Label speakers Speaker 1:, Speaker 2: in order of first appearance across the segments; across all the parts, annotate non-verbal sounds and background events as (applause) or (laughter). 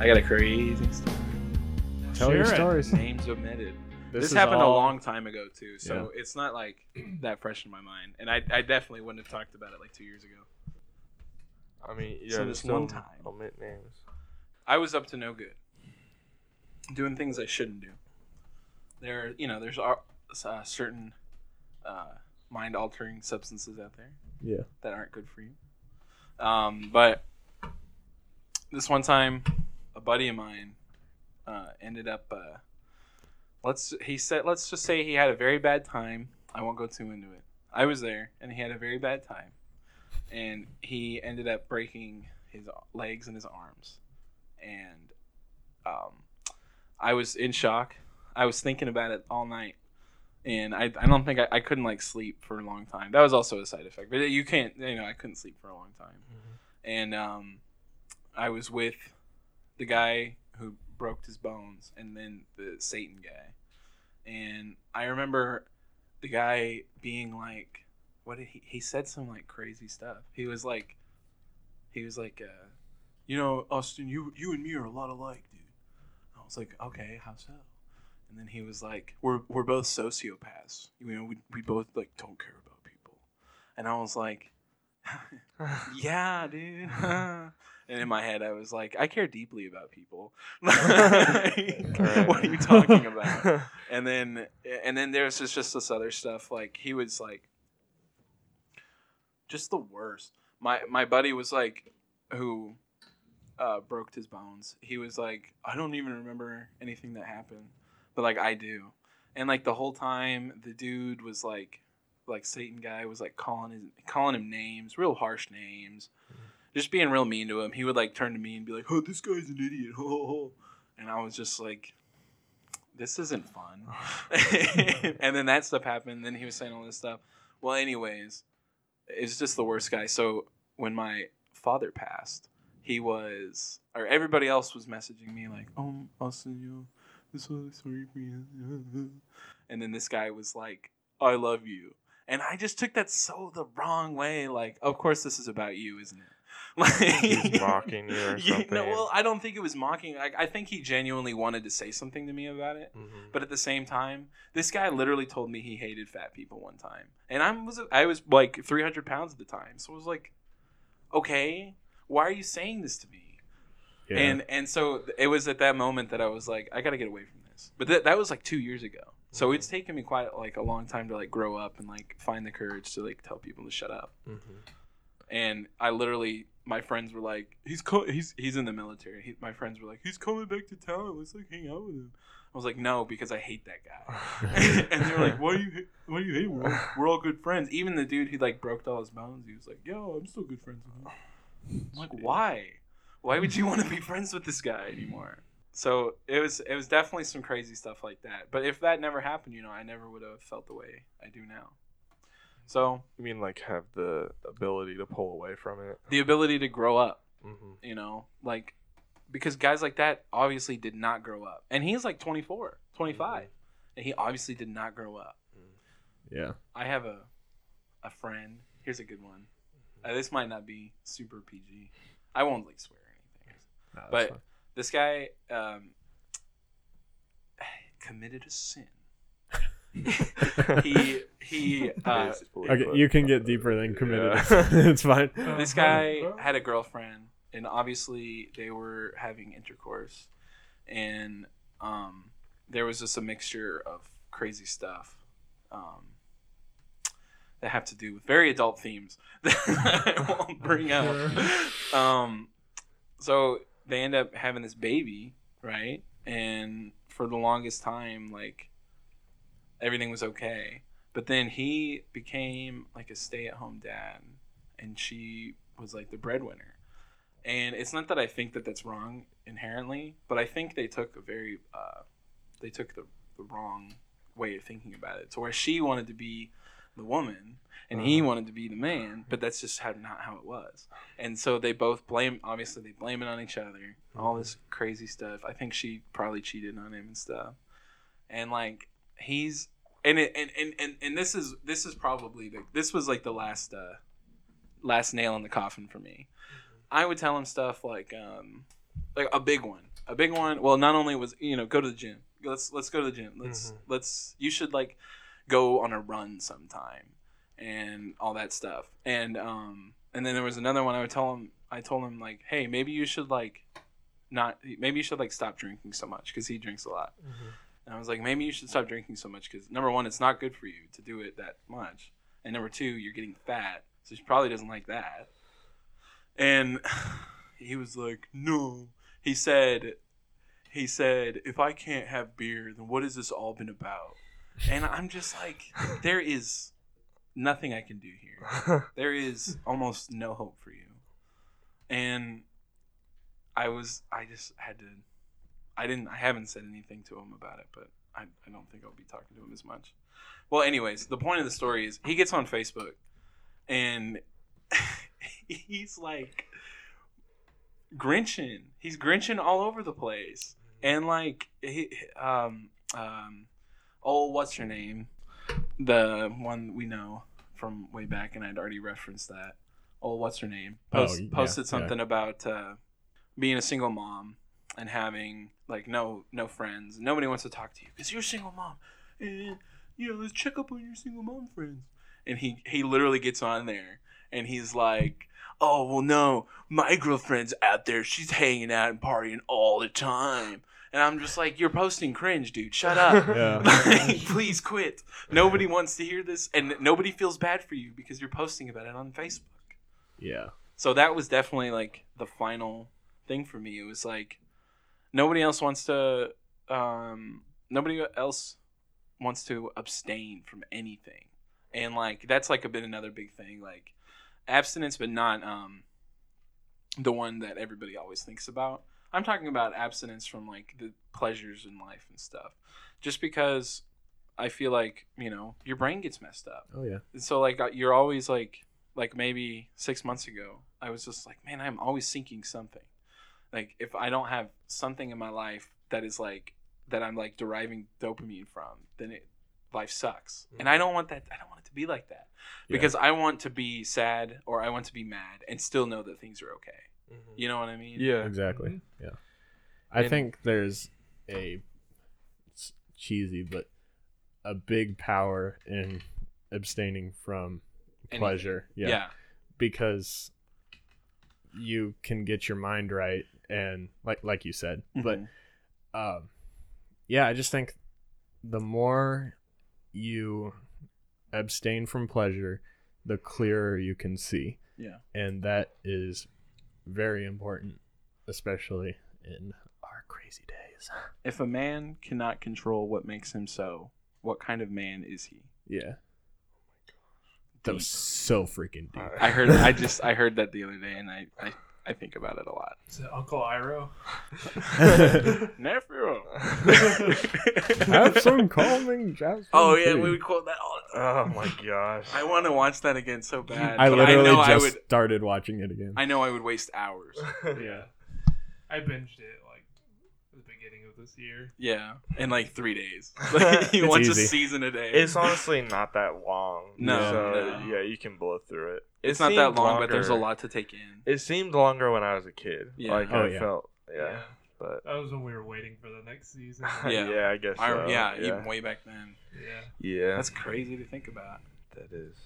Speaker 1: I got a crazy story.
Speaker 2: Tell your
Speaker 3: Share it.
Speaker 2: stories.
Speaker 1: Names omitted. This,
Speaker 2: is
Speaker 1: happened
Speaker 2: all-
Speaker 1: a long time ago too, so it's not like that fresh in my mind. And I, I definitely wouldn't have talked about it like two years ago.
Speaker 4: I mean, yeah.
Speaker 1: So
Speaker 4: you
Speaker 1: this
Speaker 4: still
Speaker 1: one time-
Speaker 4: omit
Speaker 1: (laughs)
Speaker 4: names.
Speaker 1: I was up to no good, doing things I shouldn't do. There, you know, there's ar- uh, certain uh, mind-altering substances out there
Speaker 2: Yeah.
Speaker 1: that aren't good for you. Um, but this one time, a buddy of mine uh, ended up. Uh, let's he said let's just say he had a very bad time. I won't go too into it. I was there, and he had a very bad time, and he ended up breaking his legs and his arms, and um, I was in shock. I was thinking about it all night. And I, I don't think I, I couldn't like sleep for a long time. That was also a side effect, but you can't, you know, I couldn't sleep for a long time. And um, I was with the guy who broke his bones and then the Satan guy. And I remember the guy being like, what did he, he said some like crazy stuff. He was like, he was like, uh, you know, Austin, you, you and me are a lot alike, dude. I was like, okay, how so? And then he was like, we're, we're both sociopaths. You know, we, we both like don't care about people. And I was like, (laughs) yeah, dude. (laughs) and in my head, I was like, I care deeply about people. (laughs)
Speaker 4: Alright.
Speaker 1: What are you talking about? and then, and then there's just, just this other stuff. Like he was like, just the worst. My my buddy was like, who uh, broke his bones. He was like, I don't even remember anything that happened, but like I do. And like the whole time, the dude was like, like Satan guy was like calling his calling him names, real harsh names, just being real mean to him. He would like turn to me and be like, "Oh, this guy's an idiot," (laughs) and I was just like, "This isn't fun." (laughs) and then that stuff happened. Then he was saying all this stuff. Well, anyways, it's just the worst guy. So when my father passed, he was, or everybody else was messaging me like, "Oh, Austin, you, this was sorry for you," (laughs) and then this guy was like, "I love you." And I just took that so the wrong way. Like, of course, this is about you, isn't it? (laughs)
Speaker 4: He's
Speaker 1: Like,
Speaker 4: mocking
Speaker 1: (laughs)
Speaker 4: you or
Speaker 1: yeah,
Speaker 4: something.
Speaker 1: no, well, I don't think it was mocking. I, I think he genuinely wanted to say something to me about it.
Speaker 4: Mhm.
Speaker 1: But at the same time, this guy literally told me he hated fat people one time, and I was I was like 300 pounds at the time, so I was like, okay, why are you saying this to me?
Speaker 2: Yeah.
Speaker 1: And and so it was at that moment that I was like, I gotta get away from this. But that that was like two years ago, so it's taken me quite like a long time to like grow up and like find the courage to like tell people to shut up
Speaker 4: Mhm.
Speaker 1: and I literally my friends were like, he's co- he's he's in the military. He, my friends were like, he's coming back to town. Let's like hang out with him. I was like, no, because I hate that guy. (laughs)
Speaker 4: Mm-hmm.
Speaker 1: and they were like, why do you ha- why do you hate him? We're, all- we're all good friends. Even the dude who like broke all his bones, he was like, yo, I'm still good friends with him. I'm like, why? Why would you want to be friends with this guy anymore? So it was it was definitely some crazy stuff like that. But if that never happened, you know, I never would have felt the way I do now. So
Speaker 4: (laughs) You mean like have the ability to pull away from it?
Speaker 1: the ability to grow up
Speaker 4: Mm-hmm.
Speaker 1: you know like because guys like that obviously did not grow up and he's like 24 25 and he obviously did not grow up
Speaker 2: yeah.
Speaker 1: i have a a friend here's a good one
Speaker 4: Mm-hmm.
Speaker 1: Uh, this might not be super pg i won't like swear or anything
Speaker 2: Nah, that's
Speaker 1: But-
Speaker 2: fine.
Speaker 1: this guy um (sighs) committed a sin (laughs) he
Speaker 4: (laughs)
Speaker 1: he uh,
Speaker 2: (laughs) okay, you can get deeper than committed.
Speaker 4: uh,
Speaker 1: (laughs)
Speaker 2: (laughs)
Speaker 4: Yeah.
Speaker 2: it's fine.
Speaker 1: this guy had a girlfriend and obviously they were having intercourse and um, there was just a mixture of crazy stuff um, that have to do with very adult themes (laughs) that i won't bring up um, so they end up having this baby right and for the longest time like everything was okay but then he became like a stay-at-home dad and she was like the breadwinner. And it's not that I think that that's wrong inherently, but I think they took a very uh, they took the, the wrong way of thinking about it. So where she wanted to be the woman and he wanted to be the man, but that's just how not how it was. And so they both blame obviously they blame it on each other, all this crazy stuff. I think she probably cheated on him and stuff. And like he's and it, and, and and and this is this is probably the this was like the last uh last nail in the coffin for me. I would tell him stuff like, um, like a big one, a big one. Well, not only was you know go to the gym. Let's let's go to the gym. Let's
Speaker 4: Mhm.
Speaker 1: let's you should like go on a run sometime and all that stuff. And um and then there was another one I would tell him I told him like, "Hey, maybe you should like not maybe you should like stop drinking so much cuz he drinks a lot." And I was like, maybe you should stop drinking so much because number one, it's not good for you to do it that much, and number two, you're getting fat, so she probably doesn't like that. And (sighs) he was like, no. He said, he said, if I can't have beer, then what has this all been about? And I'm just like, there is nothing I can do here. There is almost no hope for you. And I was, I just had to. I didn't. I haven't said anything to him about it, but I, I don't think I'll be talking to him as much. Well, anyways, the point of the story is he gets on Facebook, and (laughs) he's like Grinching. He's Grinching all over the place,
Speaker 2: Mm-hmm.
Speaker 1: and like he, um, um, oh, what's your name? The one we know from way back, and I'd already referenced that. Oh, what's her name?
Speaker 2: Oh,
Speaker 1: Post,
Speaker 2: yeah,
Speaker 1: posted
Speaker 2: yeah.
Speaker 1: something about uh, being a single mom and having like no no friends. Nobody wants to talk to you because you're a single mom, and you know let's check up on your single mom friends. And he he literally gets on there and he's like, oh well no, my girlfriend's out there. She's hanging out and partying all the time. And I'm just like, you're posting cringe, dude. Shut
Speaker 4: (laughs)
Speaker 1: up. (laughs)
Speaker 2: Yeah.
Speaker 1: Like, please quit. Nobody wants to hear this, and nobody feels bad for you because you're posting about it on Facebook.
Speaker 2: Yeah.
Speaker 1: So that was definitely like the final thing for me. It was like nobody else wants to, um, nobody else wants to abstain from anything, and like that's like a bit another big thing, like abstinence, but not um, the one that everybody always thinks about. I'm talking about abstinence from like the pleasures in life and stuff, just because I feel like you know your brain gets messed up.
Speaker 2: Oh yeah.
Speaker 1: And so like uh, you're always like like maybe six months ago i was just like man i'm always seeking something like if i don't have something in my life that is like that i'm like deriving dopamine from then it life sucks and i don't want that i don't want it to be like that
Speaker 2: Mm-hmm. Yeah.
Speaker 1: because i want to be sad or i want to be mad and still know that things are okay you know what i mean
Speaker 4: Mm-hmm. Yeah.
Speaker 2: Exactly. Yeah. I
Speaker 1: And-
Speaker 2: think there's a it's cheesy but a big power in abstaining from
Speaker 1: Anything.
Speaker 2: pleasure.
Speaker 1: yeah,
Speaker 2: because you can get your mind right and like like you said but
Speaker 1: Mhm.
Speaker 2: um yeah i just think the more you abstain from pleasure the clearer you can see
Speaker 1: Yeah.
Speaker 2: and that is very important especially in our crazy days
Speaker 1: if a man cannot control what makes him so what kind of man is he
Speaker 2: yeah that was so freaking deep
Speaker 1: I heard. I just. I heard that the other day, and I. I, I think about it a lot.
Speaker 3: Is it Uncle Iro?
Speaker 1: Nephew.
Speaker 2: (laughs) have some calming jasmine
Speaker 1: (laughs) oh yeah,
Speaker 2: tea.
Speaker 1: we would quote that all the time.
Speaker 4: (laughs) oh my gosh.
Speaker 1: I want to
Speaker 4: (laughs)
Speaker 1: watch that again so bad.
Speaker 2: I
Speaker 1: but
Speaker 2: literally
Speaker 1: I know
Speaker 2: just
Speaker 1: I would.
Speaker 2: started watching it again.
Speaker 1: I know I would waste hours.
Speaker 3: yeah. I binged it like at the beginning of this year.
Speaker 1: Yeah, in like three
Speaker 2: (laughs)
Speaker 1: days. Like, you
Speaker 2: It's
Speaker 1: watch a
Speaker 2: easy.
Speaker 1: season a day.
Speaker 4: It's honestly not that long.
Speaker 1: No,
Speaker 4: So,
Speaker 1: no.
Speaker 4: yeah, you can blow through it. It
Speaker 1: It's not that
Speaker 4: seemed
Speaker 1: long, but there's a
Speaker 4: longer-
Speaker 1: lot to take in.
Speaker 4: It seemed longer when I was a kid.
Speaker 1: Yeah.
Speaker 4: Like
Speaker 2: Oh,
Speaker 4: I
Speaker 2: yeah.
Speaker 4: felt. Yeah. But (laughs)
Speaker 3: That was when we were waiting for the next (laughs) season.
Speaker 1: Yeah.
Speaker 4: yeah. I guess.
Speaker 1: I,
Speaker 2: uh,
Speaker 4: so,
Speaker 1: yeah,
Speaker 4: Yeah.
Speaker 1: even way back then.
Speaker 3: yeah.
Speaker 1: (laughs)
Speaker 4: Yeah,
Speaker 1: That's crazy to think about.
Speaker 4: that is.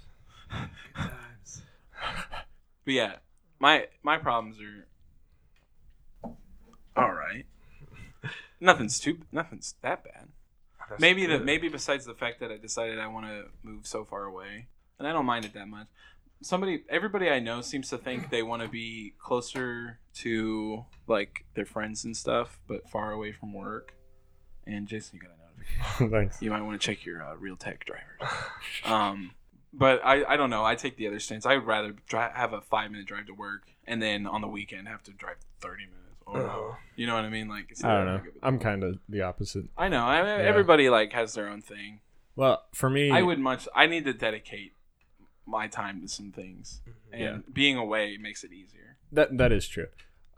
Speaker 3: Good times.
Speaker 1: But yeah, my my problems are all (laughs) right. nothing's too. Nothing's that bad.
Speaker 4: That's
Speaker 1: maybe the
Speaker 4: good. (laughs)
Speaker 1: maybe besides the fact that I decided I want to move so far away, and I don't mind it that much. Somebody, everybody I know seems to think they want to be closer to like their friends and stuff, but far away from work. And Jason, you got a notification.
Speaker 2: (laughs) Thanks.
Speaker 1: You might want to check your uh, real tech drivers. Um, but I, I don't know. I take the other stance. I'd rather dri- have a five minute drive to work, and then on the weekend have to drive thirty minutes. Or,
Speaker 4: Oh.
Speaker 1: You know what I mean? Like it's
Speaker 2: I
Speaker 1: not
Speaker 2: don't know.
Speaker 1: that big of a
Speaker 2: I'm
Speaker 1: deal.
Speaker 2: kind of the opposite.
Speaker 1: I know. I, Everybody like has their own thing.
Speaker 2: Well, for me,
Speaker 1: I would much. I need to dedicate my time to some things, and
Speaker 2: Mm-hmm. Yeah.
Speaker 1: being away makes it easier.
Speaker 2: that that is true.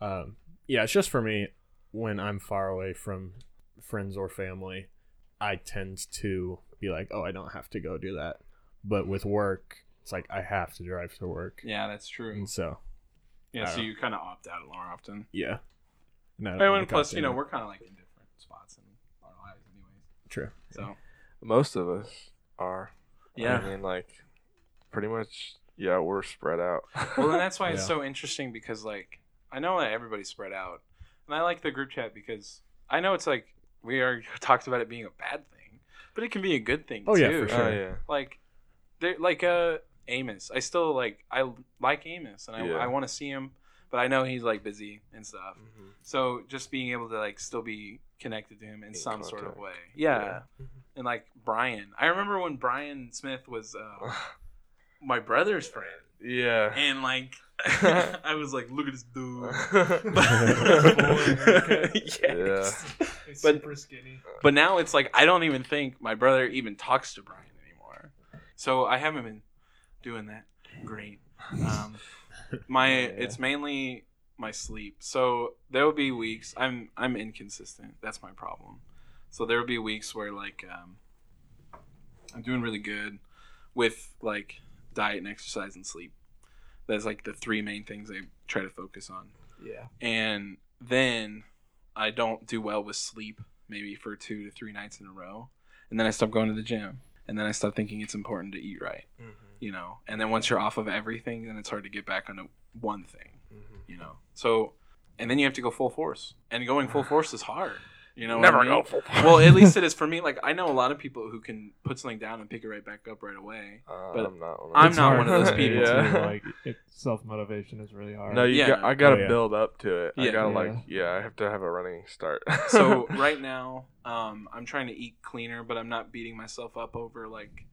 Speaker 2: Um, yeah, it's just for me when I'm far away from friends or family, I tend to be like, oh, I don't have to go do that. But with work, it's like I have to drive to work, Mm.
Speaker 1: Yeah, that's true.
Speaker 2: and so
Speaker 1: Yeah, so
Speaker 2: Yeah.
Speaker 1: you kind of opt out more often.
Speaker 2: yeah, No, I don't
Speaker 1: I
Speaker 2: wanna
Speaker 1: mean,
Speaker 2: call
Speaker 1: plus,
Speaker 2: it
Speaker 1: you know,
Speaker 2: Denver.
Speaker 1: we're kind of like in different spots in our lives, anyways.
Speaker 2: true.
Speaker 1: So
Speaker 4: Most of us are.
Speaker 1: yeah.
Speaker 4: I mean, like, pretty much, yeah, we're spread out. (laughs)
Speaker 1: well, and that's why it's
Speaker 2: Yeah.
Speaker 1: so interesting because like I know that everybody's spread out, and I like the group chat because I know it's like we are (laughs) talked about it being a bad thing, but it can be a good thing.
Speaker 2: Oh,
Speaker 1: too. Uh,
Speaker 2: yeah, for
Speaker 4: Oh,
Speaker 2: sure.
Speaker 4: yeah.
Speaker 1: Like, they're like uh Amos. I still like I like Amos, and I
Speaker 4: Yeah. Mm-hmm.
Speaker 1: I want to see him, but I know he's like busy and stuff. So just being able to like still be connected to him in,
Speaker 4: In
Speaker 1: some sort of
Speaker 4: contact.
Speaker 1: way, yeah. And like Brian, I remember when Brian Smith was uh, my brother's friend
Speaker 4: (laughs) yeah.
Speaker 1: and (laughs) like I was like, look at this
Speaker 4: (laughs)
Speaker 1: dude. (laughs) Yes.
Speaker 3: He's
Speaker 1: But-
Speaker 3: super skinny.
Speaker 1: But now it's like I don't even think my brother even talks to Brian anymore. So I haven't been doing that great. Um, my
Speaker 4: Yeah.
Speaker 1: it's mainly my sleep. So there will be weeks I'm I'm inconsistent. That's my problem. So there will be weeks where like um, I'm doing really good with like diet and exercise and sleep. That's like the three main things I try to focus on
Speaker 3: Yeah.
Speaker 1: and then I don't do well with sleep maybe for two to three nights in a row, and then I stop going to the gym, and then I stop thinking it's important to eat right, you know. And then once you're off of everything, then it's hard to get back onto one thing, you know. So, and then you have to go full force, and going
Speaker 4: (sighs)
Speaker 1: full force is hard, you know. what I
Speaker 4: Never
Speaker 1: mean?
Speaker 4: go full.
Speaker 1: Well, at least it is for
Speaker 4: (laughs)
Speaker 1: me. Like I know a lot of people who can put something down and pick it right back up right away.
Speaker 4: Uh,
Speaker 1: but
Speaker 4: I'm not. One of
Speaker 1: I'm
Speaker 4: those
Speaker 1: not
Speaker 4: people.
Speaker 1: one of
Speaker 4: (laughs)
Speaker 3: (laughs)
Speaker 1: those people.
Speaker 4: Yeah.
Speaker 2: (laughs)
Speaker 5: like it, self motivation is really hard.
Speaker 4: No, you
Speaker 1: Yeah.
Speaker 4: got, I gotta
Speaker 2: Oh, yeah.
Speaker 4: build up to it.
Speaker 1: Yeah.
Speaker 4: I gotta
Speaker 5: Yeah.
Speaker 4: like, yeah, I have to have a running start. (laughs)
Speaker 1: so right now um, i'm trying to eat cleaner but i'm not beating myself up over like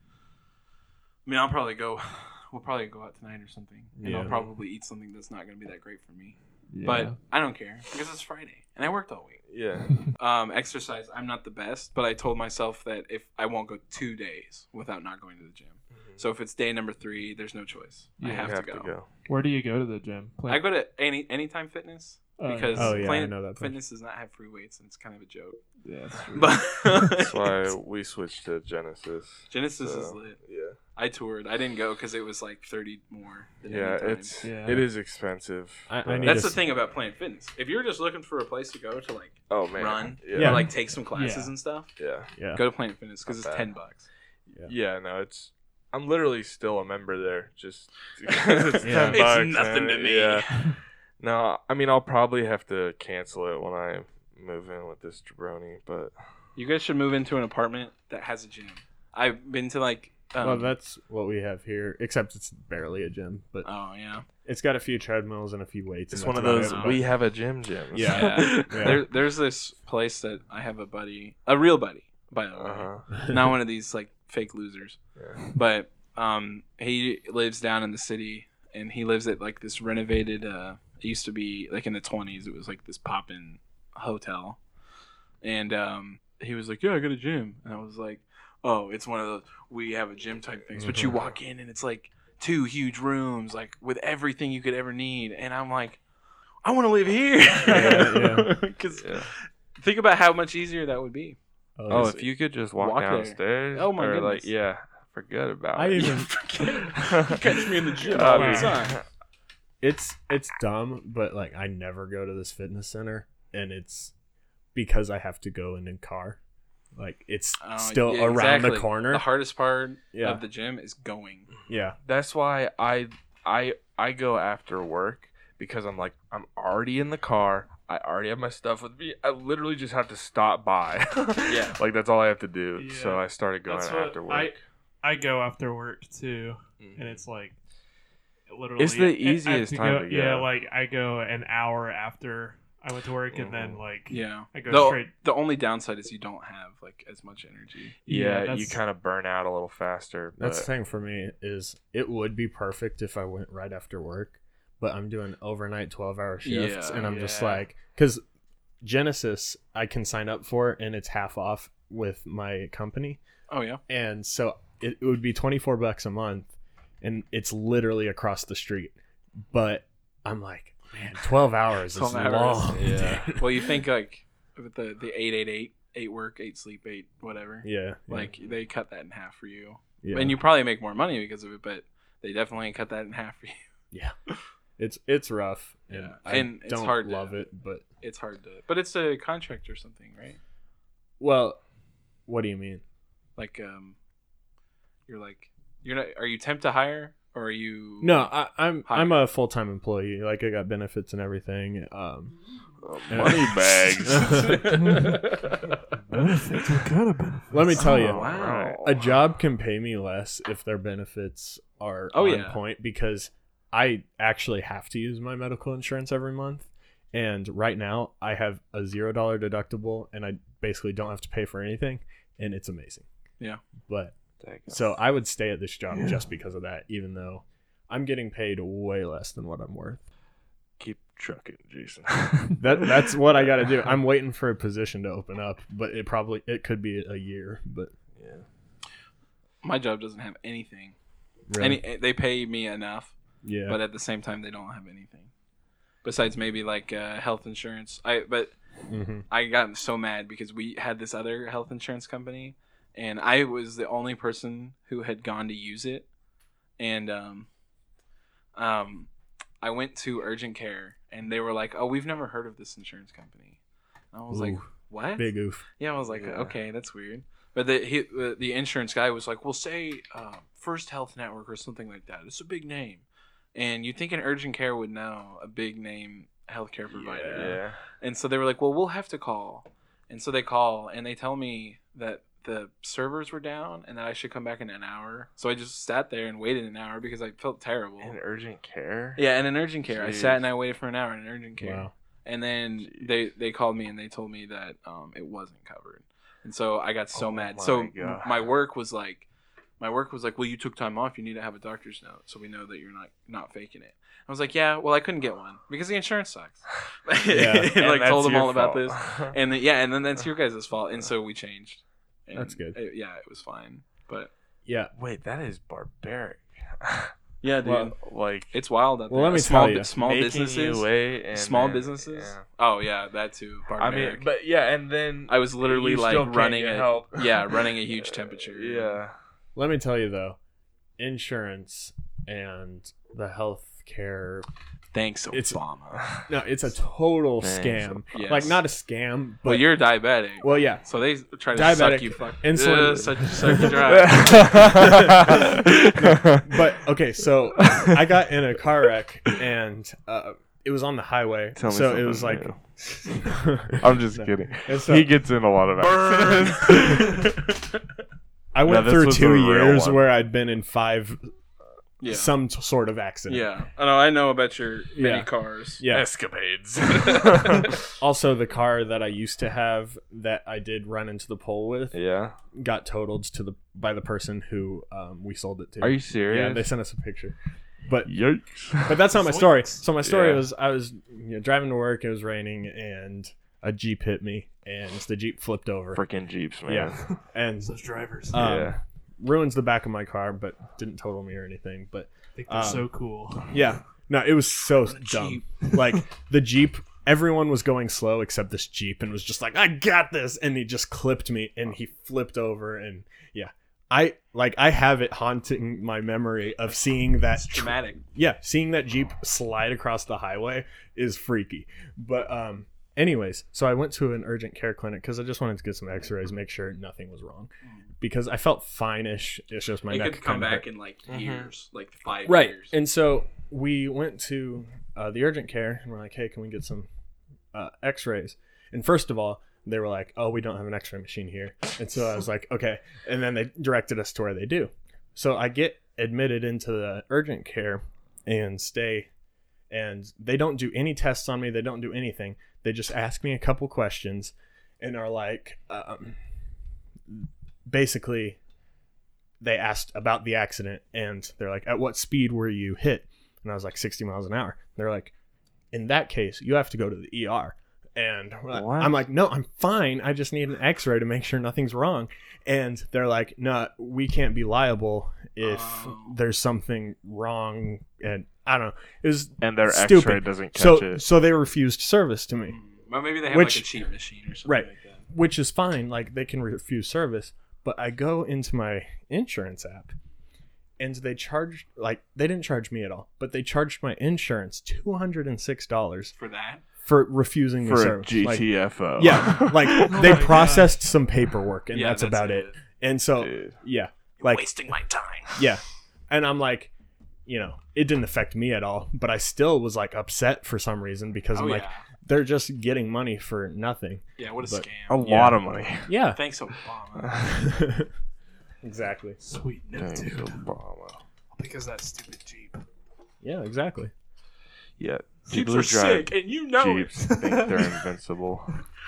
Speaker 1: i mean i'll probably go (sighs) we'll probably go out tonight or something and i'll
Speaker 2: Yeah.
Speaker 1: probably eat something that's not going to be that great for me
Speaker 5: Yeah.
Speaker 1: but (laughs) i don't care because it's friday and i worked all
Speaker 4: (laughs)
Speaker 1: week
Speaker 4: yeah,
Speaker 1: um, exercise i'm not the best but i told myself that if i won't go two days without not going to the gym
Speaker 4: Mm-hmm.
Speaker 1: so if it's day number three there's no choice i
Speaker 5: Yeah.
Speaker 1: have,
Speaker 4: you
Speaker 1: to, go.
Speaker 4: (laughs)
Speaker 5: where do you go to the gym?
Speaker 1: i go to any anytime fitness
Speaker 3: Uh,
Speaker 5: Oh, yeah.
Speaker 1: because
Speaker 2: Oh, yeah, I
Speaker 1: Planet
Speaker 2: know that place.
Speaker 1: fitness does not have free weights and it's kind of a joke (laughs)
Speaker 5: yeah, it's true.
Speaker 1: but
Speaker 4: That's why we switched to Genesis.
Speaker 1: Genesis is
Speaker 4: So,
Speaker 1: lit.
Speaker 4: Yeah,
Speaker 1: I toured. I didn't go because it was like thirty more. Than
Speaker 4: yeah,
Speaker 1: any time.
Speaker 4: it's
Speaker 5: Yeah.
Speaker 4: it is expensive.
Speaker 2: I- I
Speaker 4: but-
Speaker 2: need
Speaker 1: that's
Speaker 2: to-
Speaker 1: the thing about Planet Fitness. If you're just looking for a place to go to like
Speaker 4: oh man,
Speaker 1: run
Speaker 4: Yeah,
Speaker 1: or
Speaker 2: Yeah.
Speaker 1: like take some classes
Speaker 5: Yeah.
Speaker 1: and stuff,
Speaker 4: yeah,
Speaker 2: Yeah.
Speaker 1: go to Planet Fitness because
Speaker 4: Not
Speaker 1: it's
Speaker 4: bad.
Speaker 1: ten
Speaker 4: (laughs)
Speaker 1: bucks. (laughs)
Speaker 2: Yeah.
Speaker 4: yeah. No, it's I'm literally still a member there. (laughs) Just because it's
Speaker 5: Yeah.
Speaker 4: ten
Speaker 1: It's
Speaker 4: bucks.
Speaker 1: nothing
Speaker 4: man.
Speaker 1: to me.
Speaker 4: Yeah. No, I mean I'll probably have to cancel it when I move in with this jabroni, but
Speaker 1: You guys should move into an apartment that has a gym. I've been to like. Um,
Speaker 2: well, that's what we have here, except it's barely a gym, but
Speaker 1: Oh yeah.
Speaker 2: it's got a few treadmills and a few
Speaker 4: Uh,
Speaker 2: weights.
Speaker 4: it's
Speaker 2: and
Speaker 4: one of
Speaker 2: that's about
Speaker 4: those
Speaker 2: it,
Speaker 1: it.
Speaker 2: but-
Speaker 4: we have a gym gym.
Speaker 1: (laughs)
Speaker 2: Yeah. Yeah.
Speaker 1: There, there's this place that I have a buddy, a real buddy, by the way,
Speaker 4: (laughs)
Speaker 1: (laughs)
Speaker 4: Uh-huh. (laughs)
Speaker 2: (laughs)
Speaker 1: not one of these like fake losers.
Speaker 4: Yeah.
Speaker 1: but um, he lives down in the city, and he lives at like this renovated. Uh, it used to be like in the twenties. It was like this poppin' hotel, and um, he was like, "Yeah, I got a gym," and I was like, "Oh, it's one of those we have a gym type things." But you
Speaker 2: Mm-hmm.
Speaker 1: walk in, and it's like two huge rooms, like with everything you could ever need, and I'm like. I want to live here.
Speaker 2: Yeah,
Speaker 1: (laughs) 'Cause
Speaker 4: Yeah.
Speaker 1: think about how much easier that would be. (laughs)
Speaker 4: Oh,
Speaker 2: it's-
Speaker 4: if you could just walk,
Speaker 1: walk there.
Speaker 4: downstairs.
Speaker 1: Oh my
Speaker 4: or Like,
Speaker 1: goodness.
Speaker 4: yeah, forget about
Speaker 2: I
Speaker 4: it. (laughs) Um,
Speaker 2: even
Speaker 1: Catch me in the gym
Speaker 4: I
Speaker 1: all the
Speaker 4: mean,
Speaker 1: time.
Speaker 2: it's it's dumb, but like I never go to this fitness center, and it's because I have to go in a car. Like it's
Speaker 1: Oh,
Speaker 2: still
Speaker 1: yeah,
Speaker 2: around
Speaker 1: exactly.
Speaker 2: the corner.
Speaker 1: The hardest part
Speaker 2: yeah,
Speaker 1: of the gym is going.
Speaker 2: yeah,
Speaker 4: (laughs) That's why I I I go after work because I'm like I'm already in the car. I already have my stuff with me. I literally just have to stop by. (laughs)
Speaker 1: Yeah.
Speaker 4: like that's all I have to do.
Speaker 3: Yeah.
Speaker 4: So I started going
Speaker 3: That's what
Speaker 4: after work. Mm-hmm.
Speaker 3: I I go after work too, and it's like literally
Speaker 4: It's the
Speaker 3: I- I have
Speaker 4: easiest
Speaker 3: to
Speaker 4: time
Speaker 3: go-
Speaker 4: to
Speaker 3: Yeah,
Speaker 4: go.
Speaker 3: like I go an hour after I went to work, and then
Speaker 4: Mhm.
Speaker 3: like
Speaker 1: Yeah.
Speaker 3: I go
Speaker 1: the,
Speaker 3: straight.
Speaker 1: the only downside is you don't have like as much energy.
Speaker 4: yeah, you
Speaker 3: that's-
Speaker 4: kind of burn out a little faster. But
Speaker 2: That's the thing for me is it would be perfect if I went right after work, but I'm doing overnight 12 hour shifts
Speaker 1: Yeah.
Speaker 2: and I'm just
Speaker 3: Yeah.
Speaker 2: like cuz Genesis I can sign up for and it's half off with my company.
Speaker 1: Oh yeah.
Speaker 2: And so it, it would be 24 bucks a month and it's literally across the street. But I'm like, man,
Speaker 1: (laughs)
Speaker 2: 12 hours is
Speaker 1: 12 hours.
Speaker 2: long. (laughs)
Speaker 4: Yeah.
Speaker 2: dude."
Speaker 1: Well, you think like with the the eight eight eight eight work eight sleep eight whatever.
Speaker 2: yeah. yeah,
Speaker 1: Like they cut that in half for you,
Speaker 2: yeah.
Speaker 1: and you (laughs) probably make more money because of it, but they definitely cut that in half for you.
Speaker 2: Yeah. It's it's rough. And
Speaker 1: Yeah.
Speaker 2: I
Speaker 1: And it's
Speaker 2: don't
Speaker 1: hard to-
Speaker 2: love it, but
Speaker 1: It's hard to, but it's a contract or something, right?
Speaker 2: well, what do you mean?
Speaker 1: Like, um, you're like, you're not. Are you temp to hire or are you?
Speaker 2: No,
Speaker 1: (laughs)
Speaker 2: I, (laughs) I'm
Speaker 1: Hire.
Speaker 2: I'm a full time employee. Like I got benefits and everything. Um,
Speaker 4: Oh, (laughs)
Speaker 2: Yeah.
Speaker 4: money (laughs) bags.
Speaker 5: Benefits? What kind of benefits?
Speaker 2: let me tell you,
Speaker 4: Oh, wow.
Speaker 2: a job can pay me less if their benefits are
Speaker 1: Oh,
Speaker 2: on
Speaker 1: yeah.
Speaker 2: point because I actually have to use my medical insurance every month. And right now, I have a zero dollar deductible, and I basically don't have to pay for anything, and it's amazing.
Speaker 1: Yeah.
Speaker 2: but
Speaker 4: Dang.
Speaker 2: so I would stay at this job
Speaker 5: Yeah.
Speaker 2: just because of that, even though I'm getting paid way less than what I'm worth.
Speaker 4: keep trucking,
Speaker 1: (laughs)
Speaker 4: Jason.
Speaker 2: That that's what I got to do. I'm waiting for a position to open up, but it probably it could be a year. But
Speaker 4: yeah.
Speaker 1: my job doesn't have anything.
Speaker 2: really,
Speaker 1: Any, eh, they pay me enough,
Speaker 2: yeah,
Speaker 1: but at the same time, they don't have anything besides maybe like uh, health insurance. I but
Speaker 2: hmm
Speaker 1: I got so mad because we had this other health insurance company, and I was the only person who had gone to use it, and um, um, I went to urgent care, and they were like, "Oh, we've never heard of this insurance company." And I was like,
Speaker 2: Ooh.
Speaker 1: "What?"
Speaker 2: big oof.
Speaker 1: Yeah, I was like,
Speaker 4: Yeah.
Speaker 1: "Okay, that's weird." But the he, uh, the insurance guy was like, "Well, say uh, First Health Network or something like that. It's a big name, and you would think an urgent care would know a big name healthcare provider."
Speaker 4: Yeah.
Speaker 1: And so they were like, "Well, we'll have to call." And so they call and they tell me that the servers were down and that I should come back in an hour. So I just sat there and waited an hour because I felt terrible.
Speaker 4: In urgent care. (laughs)
Speaker 1: yeah, in an urgent care, I
Speaker 4: Jeez.
Speaker 1: sat and I waited for an hour in an urgent care.
Speaker 2: Wow.
Speaker 1: And then they they called me and they told me that um, it wasn't covered. And so I got so
Speaker 4: Oh
Speaker 1: mad.
Speaker 4: my
Speaker 1: so
Speaker 4: God.
Speaker 1: my work was like my work was like, "Well, you took time off. You need to have a doctor's note so we know that you're not not faking it." I was like, "Yeah, well, I couldn't get one because the insurance sucks." (laughs)
Speaker 2: Yeah.
Speaker 1: and like
Speaker 4: that's
Speaker 1: told them
Speaker 4: your
Speaker 1: all about
Speaker 4: fault.
Speaker 1: this
Speaker 4: (laughs)
Speaker 1: and then, yeah, and then that's your guys' fault, and so we changed. And
Speaker 2: That's good.
Speaker 1: it- yeah, it was fine, but
Speaker 2: Yeah.
Speaker 4: Wait, that is barbaric.
Speaker 1: yeah, dude,
Speaker 2: Well,
Speaker 4: like
Speaker 1: it's wild out there.
Speaker 2: Well, let me
Speaker 1: small,
Speaker 2: tell
Speaker 1: bu-
Speaker 2: you,
Speaker 1: small
Speaker 4: making
Speaker 1: businesses,
Speaker 4: you wait and
Speaker 1: small
Speaker 4: then-
Speaker 1: businesses.
Speaker 4: yeah.
Speaker 1: Oh yeah, that too.
Speaker 4: I mean,
Speaker 1: Barbaric.
Speaker 4: but yeah, and then
Speaker 1: I was literally
Speaker 4: you
Speaker 1: like
Speaker 4: still can't
Speaker 1: running
Speaker 4: get
Speaker 1: a
Speaker 4: help.
Speaker 1: (laughs)
Speaker 2: (laughs)
Speaker 1: yeah, running a
Speaker 4: (laughs)
Speaker 1: huge temperature. (laughs)
Speaker 4: Yeah.
Speaker 2: Let me tell you though, insurance and the health care.
Speaker 1: Thanks,
Speaker 2: It's-
Speaker 1: Obama.
Speaker 2: (laughs) No, it's a total
Speaker 4: Thanks.
Speaker 2: scam.
Speaker 1: Yes.
Speaker 2: Like not a scam, but
Speaker 1: well, you're diabetic.
Speaker 2: well, yeah.
Speaker 1: so they try to
Speaker 2: Diabetic,
Speaker 1: suck you fuck
Speaker 2: insulin-
Speaker 1: uh,
Speaker 2: (laughs)
Speaker 1: suck, suck you dry.
Speaker 2: but
Speaker 4: (laughs)
Speaker 1: (laughs)
Speaker 4: but
Speaker 2: okay, so
Speaker 4: (laughs)
Speaker 2: I got in a car wreck and uh, it was on the highway.
Speaker 4: Tell me
Speaker 2: so it was like
Speaker 4: something
Speaker 2: (laughs)
Speaker 4: I'm just
Speaker 2: No.
Speaker 4: kidding.
Speaker 2: And so-
Speaker 4: he gets in a lot of accidents. (laughs)
Speaker 2: I went
Speaker 4: this
Speaker 2: through
Speaker 4: was
Speaker 2: two
Speaker 4: a real
Speaker 2: years
Speaker 4: one.
Speaker 2: where I'd been in five
Speaker 1: Yeah,
Speaker 2: some t- sort of accident.
Speaker 1: yeah. I know. I know about your mini
Speaker 2: Yeah.
Speaker 1: cars. (laughs)
Speaker 2: Yeah. (laughs)
Speaker 4: Escapades.
Speaker 2: Also, the car that I used to have that I did run into the pole with
Speaker 4: yeah.
Speaker 2: got totaled to the by the person who um, we sold it to.
Speaker 4: Are you serious?
Speaker 2: Yeah, they sent us a picture. But
Speaker 4: Yikes.
Speaker 2: but that's not my story. So my story
Speaker 4: Yeah.
Speaker 2: was I was you know, driving to work. It was raining, and a jeep hit me, and the jeep flipped over.
Speaker 4: Freaking jeeps, man.
Speaker 2: Yeah. and
Speaker 5: Those drivers.
Speaker 2: um,
Speaker 4: Yeah.
Speaker 2: ruins the back of my car, but didn't total me or anything. But
Speaker 5: I think they're
Speaker 2: um,
Speaker 5: so cool.
Speaker 2: yeah, no, it was so dumb. Like the jeep, everyone was going slow except this jeep, and was just like, "I got this," and he just clipped me, and he flipped over, and yeah. I like I have it haunting my memory of seeing that
Speaker 1: It's dramatic.
Speaker 2: yeah, seeing that Jeep slide across the highway is freaky. But um anyways, so I went to an urgent care clinic cuz I just wanted to get some x-rays, make sure nothing was wrong because I felt fine-ish. It's just my
Speaker 1: Mm. it
Speaker 2: neck
Speaker 1: could come
Speaker 2: kinda hurt.
Speaker 1: back in like
Speaker 4: Mhm.
Speaker 1: years, like five
Speaker 2: Right.
Speaker 1: years.
Speaker 2: And so we went to uh, the urgent care and we're like, hey, can we get some uh, x rays? And first of all, they were like, oh, we don't have an x ray machine here. And so I was like, okay. And then they directed us to where they do. So I get admitted into the urgent care and stay. And they don't do any tests on me, they don't do anything. They just ask me a couple questions and are like, um, basically, they asked about the accident and they're like, At what speed were you hit? And I was like, 60 miles an hour. They're like, In that case, you have to go to the ER. And we're like-
Speaker 4: What?
Speaker 2: I'm like, No, I'm fine. I just need an x ray to make sure nothing's wrong. And they're like, No, we can't be liable if
Speaker 1: Oh.
Speaker 2: there's something wrong. And I don't know. It was
Speaker 4: And their
Speaker 2: Stupid.
Speaker 4: X-ray doesn't catch
Speaker 2: so,
Speaker 4: it.
Speaker 2: so they refused service to me,
Speaker 1: Mm. Well, maybe they have
Speaker 2: Which-
Speaker 1: like a cheat machine or something
Speaker 2: Right.
Speaker 1: like that.
Speaker 2: which is fine. Like they can refuse service. But I go into my insurance app and they charged like they didn't charge me at all, but they charged my insurance two hundred and six dollars
Speaker 1: for that.
Speaker 2: for refusing the
Speaker 4: for a
Speaker 2: service. Like,
Speaker 4: GTFO.
Speaker 2: yeah,
Speaker 4: (laughs)
Speaker 2: like
Speaker 3: Oh
Speaker 2: they
Speaker 3: my
Speaker 2: processed some paperwork, and
Speaker 1: Yeah,
Speaker 2: that's,
Speaker 1: that's
Speaker 2: about it.
Speaker 1: it.
Speaker 2: And so,
Speaker 4: Dude.
Speaker 2: yeah, like
Speaker 1: wasting my time.
Speaker 2: yeah, and I'm like, you know, it didn't affect me at all, but I still was like upset for some reason because
Speaker 1: Oh,
Speaker 2: I'm like,
Speaker 1: yeah.
Speaker 2: they're just getting money for nothing.
Speaker 1: Yeah, what a
Speaker 2: but- oh,
Speaker 4: a
Speaker 1: scam.
Speaker 4: lot of money. (laughs)
Speaker 2: Yeah,
Speaker 1: Thanks, Obama.
Speaker 2: (laughs) exactly.
Speaker 3: Sweet
Speaker 4: Thanks,
Speaker 3: Neptune.
Speaker 4: Obama.
Speaker 3: (laughs) Because that stupid Jeep.
Speaker 2: Yeah, exactly.
Speaker 4: Yeah,
Speaker 1: Jeeps
Speaker 4: people
Speaker 1: are
Speaker 4: who drive
Speaker 1: sick, and you know it.
Speaker 4: Jeeps
Speaker 1: (laughs)
Speaker 4: think they're invincible.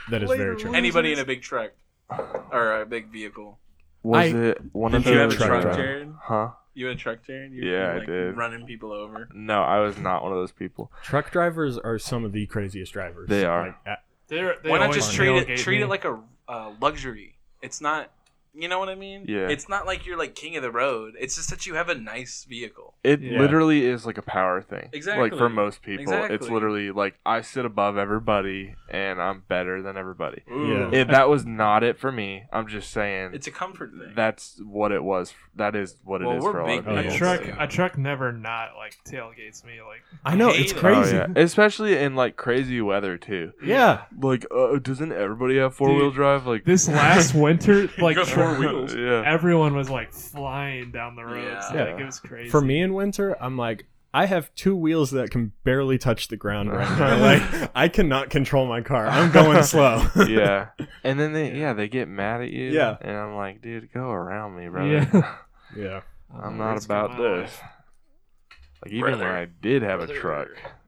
Speaker 2: That is
Speaker 3: Later
Speaker 2: very true.
Speaker 3: on.
Speaker 1: Anybody in a big truck or a big vehicle.
Speaker 4: Was
Speaker 2: I-
Speaker 4: it one of
Speaker 1: Did you have a
Speaker 4: those?
Speaker 1: truck,
Speaker 4: uh,
Speaker 1: Jared?
Speaker 4: Huh?
Speaker 1: You had a truck, Jared? You,
Speaker 4: Yeah,
Speaker 1: you,
Speaker 4: I did.
Speaker 1: Running people over.
Speaker 4: No, I was not one of those people.
Speaker 2: Truck drivers are some of the craziest drivers.
Speaker 4: They are.
Speaker 2: Like, uh, at-
Speaker 3: They're, they
Speaker 1: Why not
Speaker 3: always
Speaker 1: just treat it
Speaker 3: tailgate
Speaker 1: treat
Speaker 3: me.
Speaker 1: it like a uh, luxury? It's not, you know what I mean?
Speaker 4: Yeah.
Speaker 1: It's not like you're like king of the road. It's just that you have a nice vehicle.
Speaker 4: It
Speaker 2: Yeah.
Speaker 4: literally is like a power thing. Like
Speaker 1: Exactly.
Speaker 4: for most people, it's
Speaker 1: Exactly.
Speaker 4: literally like I sit above everybody and I'm better than everybody.
Speaker 2: Ooh.
Speaker 4: If that was not it for me, I'm just saying
Speaker 1: It's a comfort thing.
Speaker 4: that's what it was. That is what it is
Speaker 1: Well, we're
Speaker 4: for all
Speaker 1: big
Speaker 4: of
Speaker 2: Oh,
Speaker 3: a
Speaker 2: yeah.
Speaker 3: truck.
Speaker 1: Yeah.
Speaker 3: A truck never not like tailgates me. Like
Speaker 2: I know it's
Speaker 1: Hate it.
Speaker 2: crazy.
Speaker 4: Oh, yeah. Especially in like crazy weather too.
Speaker 2: (laughs) yeah.
Speaker 4: Like, uh, doesn't everybody have four wheel
Speaker 3: Dude,
Speaker 4: drive? Like (laughs)
Speaker 3: this (laughs) last winter, like
Speaker 1: got four wheels.
Speaker 4: yeah.
Speaker 3: everyone was like flying down the roads.
Speaker 1: Yeah.
Speaker 3: Like it was crazy.
Speaker 2: For me in winter, I'm like, I have two wheels that can barely touch the ground right
Speaker 4: (laughs)
Speaker 2: now. like, I cannot control my car. I'm going slow. (laughs)
Speaker 4: yeah. And then they yeah they get mad at you.
Speaker 2: Yeah.
Speaker 4: And I'm like, dude, go around me, brother.
Speaker 3: Yeah.
Speaker 2: yeah.
Speaker 4: (laughs) I'm not
Speaker 3: Risk of
Speaker 4: about
Speaker 3: my
Speaker 4: this.
Speaker 3: life.
Speaker 4: Like even when
Speaker 1: Brother.
Speaker 4: I did have
Speaker 1: Brother.
Speaker 4: a truck,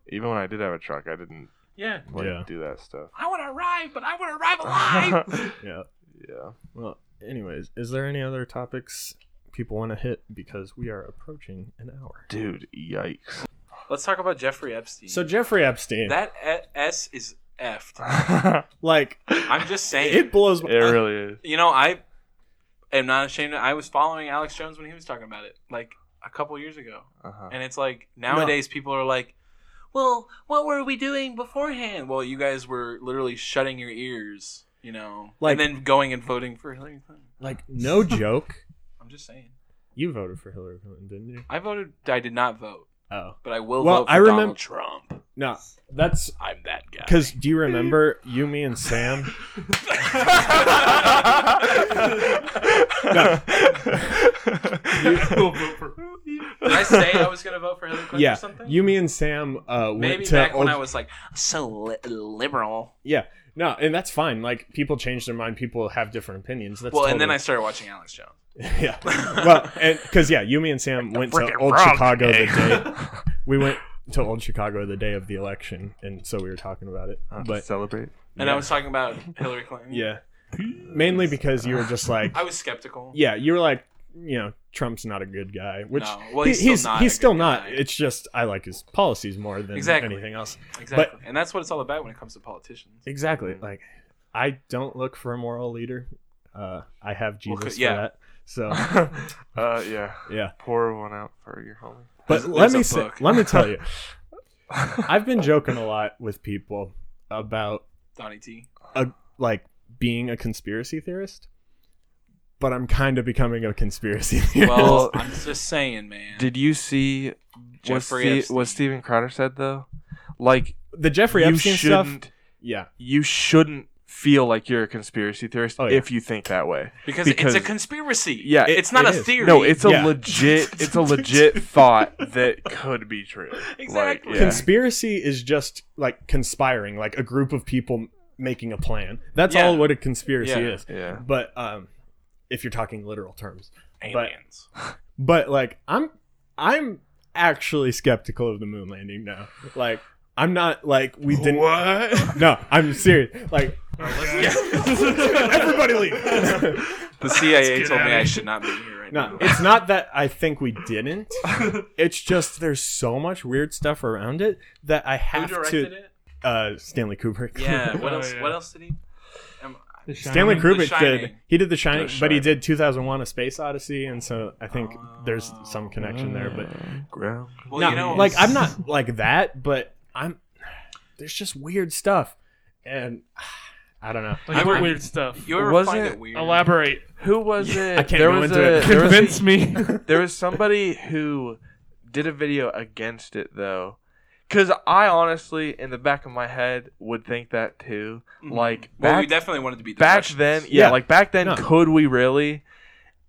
Speaker 4: even when I did have a truck, I didn't
Speaker 1: yeah.
Speaker 4: like
Speaker 2: Yeah.
Speaker 4: do that stuff.
Speaker 1: I want to arrive, but I want to arrive alive.
Speaker 4: (laughs)
Speaker 2: Yeah.
Speaker 4: yeah.
Speaker 2: Well, anyways, is there any other topics people want to hit? Because we are approaching an hour.
Speaker 4: Dude, yikes.
Speaker 1: Let's talk about Jeffrey Epstein.
Speaker 2: So, Jeffrey Epstein,
Speaker 1: that e- S is effed.
Speaker 4: (laughs) it
Speaker 2: like,
Speaker 1: I'm just saying.
Speaker 2: it blows my
Speaker 4: really is.
Speaker 1: you know, I am not ashamed. I was following Alex Jones when he was talking about it, like a couple years ago.
Speaker 4: Uh-huh.
Speaker 2: Oh.
Speaker 1: And it's like nowadays people are like, "Well, what were we doing beforehand?" Well, you guys were literally shutting your ears, you know, and
Speaker 2: Like-
Speaker 1: then going and voting for Hillary Clinton.
Speaker 2: Like, (laughs) no joke.
Speaker 1: I'm just saying.
Speaker 2: You voted for Hillary Clinton, didn't you?
Speaker 1: I voted. I did not vote,
Speaker 2: Oh.
Speaker 1: but I will
Speaker 2: Well,
Speaker 1: vote for
Speaker 2: I remem-
Speaker 1: Donald Trump.
Speaker 2: No, that's
Speaker 1: I'm that guy.
Speaker 2: because do you remember you, me, and Sam?
Speaker 3: We'll vote for-
Speaker 1: Did I say I was going to vote for Hillary Clinton
Speaker 2: yeah,
Speaker 1: or something?
Speaker 2: you, me, and Sam uh, went
Speaker 1: Maybe
Speaker 2: to
Speaker 1: back
Speaker 2: old-
Speaker 1: when I was like so li- liberal.
Speaker 2: Yeah, no, and that's fine. Like people change their mind. People have different opinions. That's
Speaker 1: well, and then I started watching Alex Jones.
Speaker 2: (laughs) then I yeah. Well, and because yeah, you, me, and Sam went to
Speaker 4: frickin'
Speaker 2: old
Speaker 4: wrong
Speaker 2: Chicago
Speaker 4: today.
Speaker 2: the day
Speaker 1: (laughs)
Speaker 2: we went to old Chicago the day of the election, and so we were talking about it.
Speaker 4: but
Speaker 2: But
Speaker 4: Uh, celebrate.
Speaker 1: (laughs) Oh, And
Speaker 2: Yeah.
Speaker 1: I was talking about Hillary Clinton.
Speaker 2: yeah, mainly because you were just
Speaker 1: (laughs)
Speaker 2: like,
Speaker 1: I was skeptical.
Speaker 2: yeah, you were like, you know, Trump's not a good guy, which
Speaker 1: No. Well,
Speaker 2: he-
Speaker 1: he's still not
Speaker 2: he's
Speaker 1: a
Speaker 2: still
Speaker 1: good
Speaker 2: not.
Speaker 1: guy.
Speaker 2: It's just I like his policies more than
Speaker 1: Exactly.
Speaker 2: anything else.
Speaker 1: Exactly. and that's what it's all about when it comes to politicians.
Speaker 2: Exactly. Like I don't look for a moral leader. Uh, I have
Speaker 1: Well,
Speaker 2: Jesus
Speaker 1: yeah.
Speaker 2: for that.
Speaker 1: (laughs)
Speaker 4: (laughs)
Speaker 2: So
Speaker 4: uh, yeah.
Speaker 2: yeah,
Speaker 4: Pour one out for your homie. (laughs)
Speaker 2: but
Speaker 1: There's-
Speaker 2: let
Speaker 1: there's
Speaker 2: me
Speaker 1: a
Speaker 2: say,
Speaker 1: book.
Speaker 2: let
Speaker 1: (laughs)
Speaker 2: me tell you, I've been joking a lot with people about
Speaker 1: Donnie
Speaker 2: (laughs)
Speaker 1: T.
Speaker 2: like being a conspiracy theorist, but I'm kind of becoming a conspiracy (laughs) theorist.
Speaker 1: Well, I'm just saying, man.
Speaker 4: Did you see what,
Speaker 1: Jeffrey
Speaker 4: Ste-
Speaker 1: Epstein.
Speaker 4: what Steven Crowder said though? Like
Speaker 2: the Jeffrey
Speaker 4: you
Speaker 2: Epstein
Speaker 4: shouldn't
Speaker 2: stuff. Yeah,
Speaker 4: you shouldn't feel like you're a conspiracy theorist
Speaker 2: Oh, yeah.
Speaker 4: if you think that way.
Speaker 1: because,
Speaker 4: because-
Speaker 1: it's a conspiracy.
Speaker 4: Yeah, it-
Speaker 1: it's not
Speaker 2: it
Speaker 1: a
Speaker 2: is.
Speaker 1: theory.
Speaker 4: No, it's a
Speaker 2: Yeah.
Speaker 4: legit it's a
Speaker 2: (laughs)
Speaker 4: legit thought that could be true.
Speaker 1: Exactly.
Speaker 4: Like, yeah.
Speaker 2: conspiracy is just like conspiring, like a group of people making a plan. That's
Speaker 1: Yeah.
Speaker 2: all what a conspiracy
Speaker 1: Yeah.
Speaker 2: is.
Speaker 4: yeah.
Speaker 2: But um, if you're talking literal terms.
Speaker 1: aliens.
Speaker 2: but like i'm i'm actually skeptical of the moon landing now like i'm not like we didn't
Speaker 4: What?
Speaker 2: no i'm serious like
Speaker 3: Alright,
Speaker 2: (laughs)
Speaker 3: let's-
Speaker 2: everybody leave
Speaker 1: the CIA
Speaker 3: Let's get
Speaker 1: told me
Speaker 3: outta
Speaker 1: I (laughs)
Speaker 3: here.
Speaker 1: should not be here right
Speaker 2: no
Speaker 1: now.
Speaker 2: it's not that i think we didn't it's just there's so much weird stuff around it that i
Speaker 1: Who
Speaker 2: have
Speaker 1: directed
Speaker 2: to
Speaker 1: it?
Speaker 2: uh stanley kubrick (laughs)
Speaker 1: Yeah. What
Speaker 3: Oh,
Speaker 1: else?
Speaker 3: yeah.
Speaker 1: What else did he? Um,
Speaker 3: The
Speaker 2: Stanley
Speaker 3: Shining.
Speaker 2: Kubrick did.
Speaker 1: Shining.
Speaker 2: He did The Shining,
Speaker 4: The
Speaker 2: but he
Speaker 4: Shining.
Speaker 2: did 2001: A Space Odyssey, and so I think there's some connection there. But
Speaker 4: ground.
Speaker 1: well,
Speaker 2: no,
Speaker 1: you know,
Speaker 2: like I'm
Speaker 1: (laughs)
Speaker 2: not like that, but I'm. There's just weird stuff, and (sighs) I don't know.
Speaker 3: Like
Speaker 1: I work-
Speaker 3: weird stuff.
Speaker 1: You ever
Speaker 4: Was
Speaker 1: find
Speaker 4: it
Speaker 1: it weird?
Speaker 3: Elaborate.
Speaker 4: Who was it?
Speaker 2: I can't
Speaker 4: there
Speaker 2: go
Speaker 4: was
Speaker 2: into
Speaker 4: a,
Speaker 2: it.
Speaker 4: There was, a-
Speaker 3: Convince me.
Speaker 4: (laughs) there was somebody who did a video against it though, because I honestly, in the back of my head, would think that too.
Speaker 1: Mhm.
Speaker 4: Like
Speaker 1: well, we
Speaker 4: back
Speaker 1: definitely wanted to be
Speaker 4: back
Speaker 1: discussions.
Speaker 4: then, yeah,
Speaker 2: Yeah.
Speaker 4: like back then,
Speaker 2: No.
Speaker 4: could we really?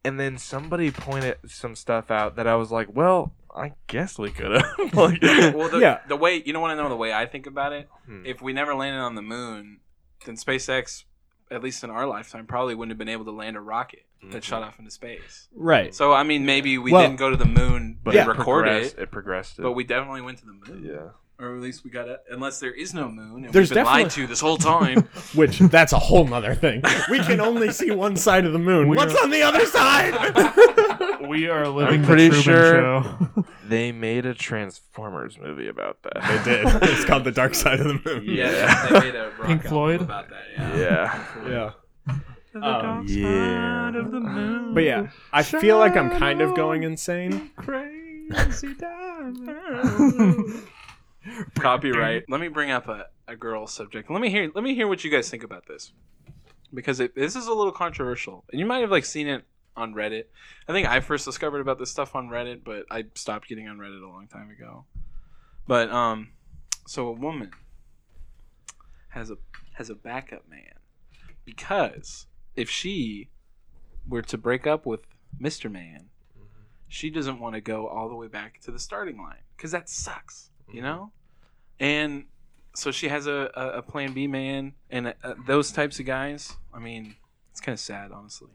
Speaker 4: And then somebody pointed some stuff out that I was like, well, I guess we could have. (laughs) like,
Speaker 1: well, the,
Speaker 2: Yeah.
Speaker 1: the way you don't want to know the way I think about it.
Speaker 4: Hmm.
Speaker 1: If we never landed on the moon, then SpaceX, at least in our lifetime, probably wouldn't have been able to land a rocket that
Speaker 4: Mhm.
Speaker 1: shot off into space.
Speaker 2: Right.
Speaker 1: So I mean, maybe we
Speaker 2: Well-
Speaker 1: didn't go to the moon,
Speaker 4: but
Speaker 1: but
Speaker 4: it
Speaker 1: record
Speaker 4: progressed.
Speaker 1: it.
Speaker 4: It progressed. It.
Speaker 1: But we definitely went to the moon,
Speaker 4: yeah.
Speaker 1: or at least we got it. Unless there is no moon, and
Speaker 2: There's
Speaker 1: we've been lied
Speaker 2: definitely-
Speaker 1: to this whole time.
Speaker 2: Which that's a whole nother thing. We can only see one side of the moon.
Speaker 3: We're-
Speaker 2: What's on the other side?
Speaker 1: (laughs)
Speaker 3: We are living
Speaker 4: I'm pretty
Speaker 3: the Truman
Speaker 4: sure- (laughs)
Speaker 3: show.
Speaker 4: They made a Transformers movie about that.
Speaker 2: they did. It's called the dark side of the moon.
Speaker 1: yeah,
Speaker 4: Yeah.
Speaker 1: they made a rock
Speaker 3: Pink
Speaker 1: album
Speaker 3: Floyd?
Speaker 1: about that. Yeah.
Speaker 4: Yeah.
Speaker 2: (laughs)
Speaker 4: (laughs)
Speaker 2: Yeah.
Speaker 1: Oh,
Speaker 4: dark Yeah. side of the
Speaker 3: moon.
Speaker 2: But
Speaker 4: (laughs)
Speaker 2: yeah, I feel like I'm kind of going insane.
Speaker 3: Crazy
Speaker 2: Oh,
Speaker 1: Copyright. Let me bring up a, a girl subject. Let me hear. Let me hear what you guys think about this, because it, this is a little controversial, and you might have like seen it on Reddit. I think I first discovered about this stuff on Reddit, but I stopped getting on Reddit a long time ago. But um, so a woman has a has a backup man because if she were to break up with Mister Man, she doesn't want to go all the way back to the starting line because that sucks, you know. And so she has a, a, a plan B man and uh, those types of guys. I mean, it's kind of sad, honestly.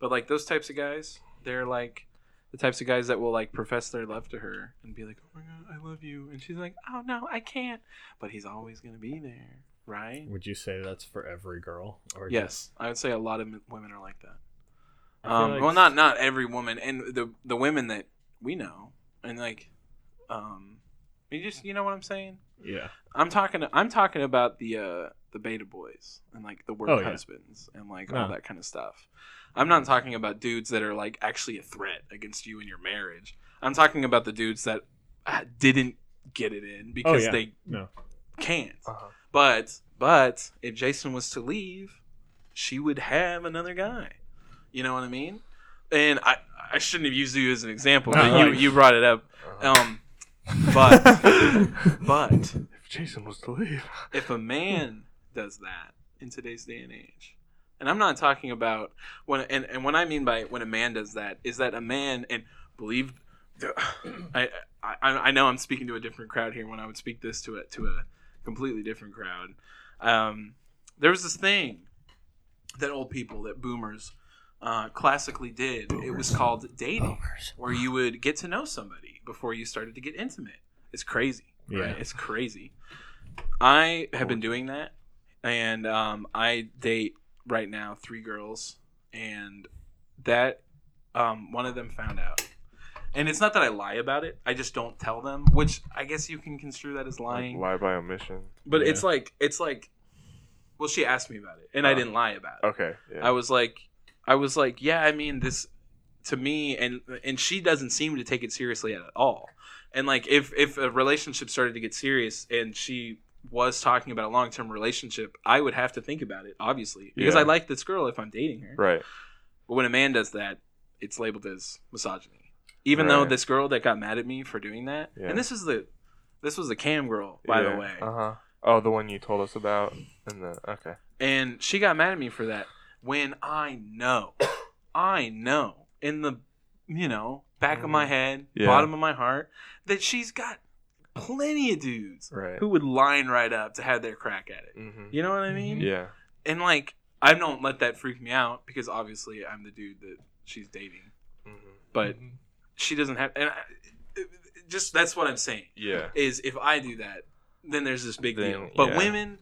Speaker 1: But like those types of guys, they're like the types of guys that will like profess their love to her and be like, "Oh my god, I love you," and she's like, "Oh no, I can't." But he's always gonna be there, right?
Speaker 2: Would you say that's for every girl? Or
Speaker 1: Yes, I would say a lot of m- women are like that.
Speaker 2: I feel
Speaker 1: Um,
Speaker 2: like-
Speaker 1: well, not not every woman, and the the women that we know, and like, um, you just you know what I'm saying.
Speaker 2: just- yeah.
Speaker 1: I'm talking. I'm talking about the uh, the beta boys and like the work
Speaker 2: Oh, yeah.
Speaker 1: husbands and like all
Speaker 2: No.
Speaker 1: that kind of stuff. I'm not talking about dudes that are like actually a threat against you and your marriage. I'm talking about the dudes that uh, didn't get it in because
Speaker 2: Oh, yeah.
Speaker 1: they (laughs)
Speaker 2: No.
Speaker 1: can't.
Speaker 4: Uh-huh.
Speaker 1: But but if Jason was to leave, she would have another guy. You know what I mean? And I I shouldn't have used you as an example, but
Speaker 2: No,
Speaker 1: you
Speaker 2: no.
Speaker 1: you brought it up.
Speaker 4: Uh-huh.
Speaker 1: Um, but but
Speaker 4: if Jason was to leave.
Speaker 1: if a man does that in today's day and age and i'm not talking about when and, and what i mean by when a man does that is that a man and believe (coughs) I, I i know i'm speaking to a different crowd here when i would speak this to a to a completely different crowd um there was this thing that old people that boomers uh, classically did it was called dating where you would get to know somebody before you started to get intimate it's crazy
Speaker 2: Yeah.
Speaker 1: right it's crazy I have been doing that, and um, I date right now three girls, and that um, one of them found out. And it's not that I lie about it; I just don't tell them. Which I guess you can construe that as lying,
Speaker 4: Lie by omission.
Speaker 1: but
Speaker 2: Yeah.
Speaker 1: it's like it's like, well, she asked me about it, and I
Speaker 4: Uh,
Speaker 1: didn't lie about it.
Speaker 4: Okay. Yeah.
Speaker 1: I was like, I was like, yeah, I mean this to me, and and she doesn't seem to take it seriously at all. And like, if if a relationship started to get serious, and she was talking about a long term relationship, I would have to think about it, obviously, because
Speaker 4: Yeah.
Speaker 1: I like this girl if I'm dating her.
Speaker 4: right.
Speaker 1: But when a man does that, it's labeled as misogyny. Even though
Speaker 4: Right.
Speaker 1: this girl that got mad at me for doing that,
Speaker 4: Yeah.
Speaker 1: and this is the this was the cam girl, by the way.
Speaker 4: Uh huh. Oh, the one you told us about. And the okay.
Speaker 1: and she got mad at me for that when i
Speaker 4: (coughs)
Speaker 1: know i know in the you know back of my head
Speaker 4: Mm. Yeah.
Speaker 1: bottom of my heart that she's got plenty of dudes
Speaker 4: Right.
Speaker 1: who would line right up to have their crack at it
Speaker 4: Mm-hmm.
Speaker 1: you know what i mean
Speaker 4: Yeah.
Speaker 1: and like i don't let that freak me out because obviously i'm the dude that she's dating
Speaker 4: Mm-hmm.
Speaker 1: but she doesn't have and I, just that's what i'm saying
Speaker 4: Yeah.
Speaker 1: is if i do that then there's this big
Speaker 4: Then,
Speaker 1: deal but
Speaker 4: yeah.
Speaker 1: women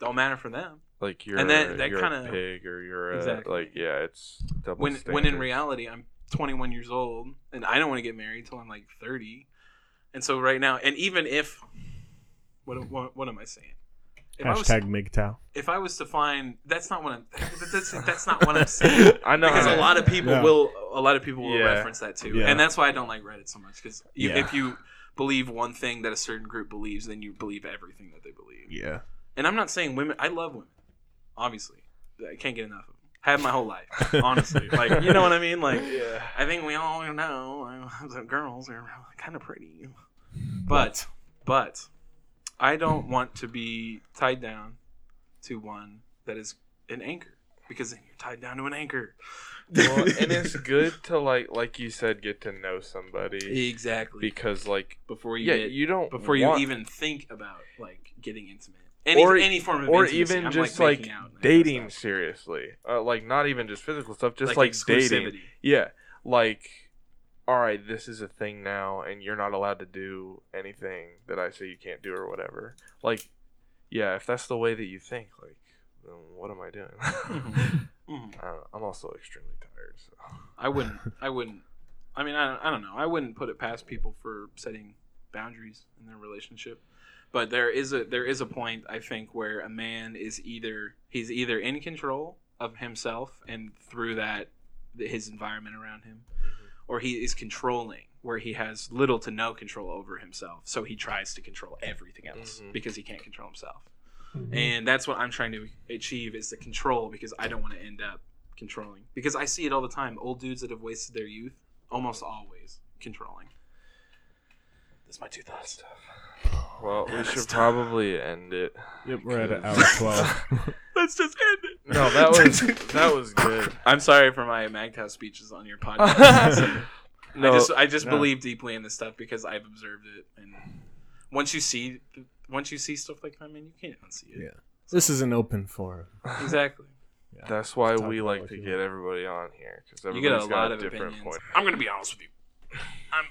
Speaker 1: don't matter for them
Speaker 4: Like you're.
Speaker 1: And that- that
Speaker 4: you're
Speaker 1: kinda-
Speaker 4: a pig or you're a,
Speaker 1: Exactly.
Speaker 4: like yeah. It's double.
Speaker 1: when when in
Speaker 4: standards.
Speaker 1: reality I'm 21 years old and I don't want to get married till I'm like 30, and so right now, and even if what what, what am I saying? If I, was,
Speaker 2: Hashtag MGTOW.
Speaker 1: if I was to find that's not what I'm that's, that's not what I'm
Speaker 4: (laughs)
Speaker 1: saying
Speaker 4: I know
Speaker 1: because
Speaker 4: how
Speaker 1: a
Speaker 4: to-
Speaker 1: lot
Speaker 4: (laughs)
Speaker 1: of people
Speaker 2: Yeah.
Speaker 1: will a lot of people will
Speaker 4: Yeah.
Speaker 1: reference that too,
Speaker 2: Yeah.
Speaker 1: and that's why I don't like Reddit so much because you
Speaker 2: Yeah.
Speaker 1: if you believe one thing that a certain group believes, then you believe everything that they believe.
Speaker 2: Yeah.
Speaker 1: And I'm not saying women. I love women. obviously. I can't get enough of them. Had my whole
Speaker 4: (laughs)
Speaker 1: life, honestly. like, you know what I mean? Like, (laughs)
Speaker 4: Yeah.
Speaker 1: I think we all know (laughs) that girls are kind of pretty. But, but, I don't want to be tied down to one that is an anchor because then you're tied down to an anchor.
Speaker 4: Well, (laughs) and it's good to like like you said get to know somebody
Speaker 1: exactly
Speaker 4: because like
Speaker 1: before you
Speaker 4: yeah,
Speaker 1: get,
Speaker 4: you don't
Speaker 1: before you
Speaker 4: want-
Speaker 1: even think about like getting intimate. Any,
Speaker 4: Or-
Speaker 1: any form of
Speaker 4: or
Speaker 1: intimacy.
Speaker 4: even
Speaker 1: I'm,
Speaker 4: just
Speaker 1: making
Speaker 4: like
Speaker 1: out and that
Speaker 4: dating
Speaker 1: stuff.
Speaker 4: seriously. Uh, like not even just physical stuff, just like, dating.
Speaker 1: exclusivity.
Speaker 4: Yeah. Like all right, this is a thing now and you're not allowed to do anything that I say you can't do or whatever. Like yeah, if that's the way that you think, like then what am
Speaker 1: (laughs)
Speaker 4: I doing? (laughs)
Speaker 1: Mhm. Mhm.
Speaker 4: I don't know. I'm also extremely tired. So.
Speaker 1: I wouldn't. I wouldn't. I mean, I don't, I don't know. I wouldn't put it past people for setting boundaries in their relationship, but there is a there is a point I think where a man is either he's either in control of himself and through that th- his environment around him, or he is controlling where he has little to no control over himself. So he tries to control everything else
Speaker 4: Mhm.
Speaker 1: because he can't control himself. And that's what I'm trying to achieve is the control because I don't want to end up controlling. Because I see it all the time. Old dudes that have wasted their youth almost always controlling. That's my two thoughts.
Speaker 4: Well,
Speaker 1: Yeah,
Speaker 4: we
Speaker 1: that's
Speaker 4: should
Speaker 1: tough.
Speaker 4: probably end it.
Speaker 2: Yep, we're at an hour
Speaker 1: (laughs)
Speaker 2: twelve.
Speaker 1: Let's just end it.
Speaker 4: No,
Speaker 1: (laughs)
Speaker 4: that was that was good.
Speaker 1: I'm sorry for my MAGTOW speeches
Speaker 4: (laughs)
Speaker 1: on your podcast.
Speaker 4: No,
Speaker 1: I just I just
Speaker 4: no.
Speaker 1: believe deeply in this stuff because I've observed it and once you see once you see stuff like that, man, you can't unsee it.
Speaker 2: this is an open forum.
Speaker 1: Exactly.
Speaker 4: that's why
Speaker 2: Talk
Speaker 4: we
Speaker 2: about
Speaker 4: like
Speaker 2: what
Speaker 4: to
Speaker 2: you
Speaker 4: get everybody on here because
Speaker 1: you get
Speaker 4: everybody's
Speaker 1: a lot
Speaker 4: got a
Speaker 1: of
Speaker 4: different
Speaker 1: opinions.
Speaker 4: point.
Speaker 1: I'm gonna be honest with you. I'm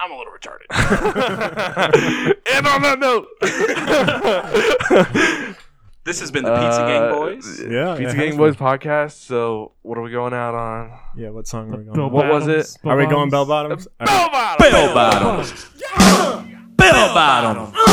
Speaker 1: I'm a little retarded.
Speaker 4: (laughs) and on that note,
Speaker 1: (laughs) This has been the Pizza
Speaker 4: Uh,
Speaker 1: Gang Boys.
Speaker 2: Yeah, it
Speaker 4: Pizza
Speaker 2: has
Speaker 4: Gang
Speaker 2: been.
Speaker 4: Boys podcast. So, what are we going out on?
Speaker 2: Yeah, what song are we going?
Speaker 5: Bell
Speaker 4: What was
Speaker 5: bottoms,
Speaker 4: it?
Speaker 2: Are we going bell
Speaker 5: bottoms.
Speaker 2: bottoms?
Speaker 4: Bell bottom.
Speaker 5: Bell bottoms.
Speaker 1: Bill Bottom.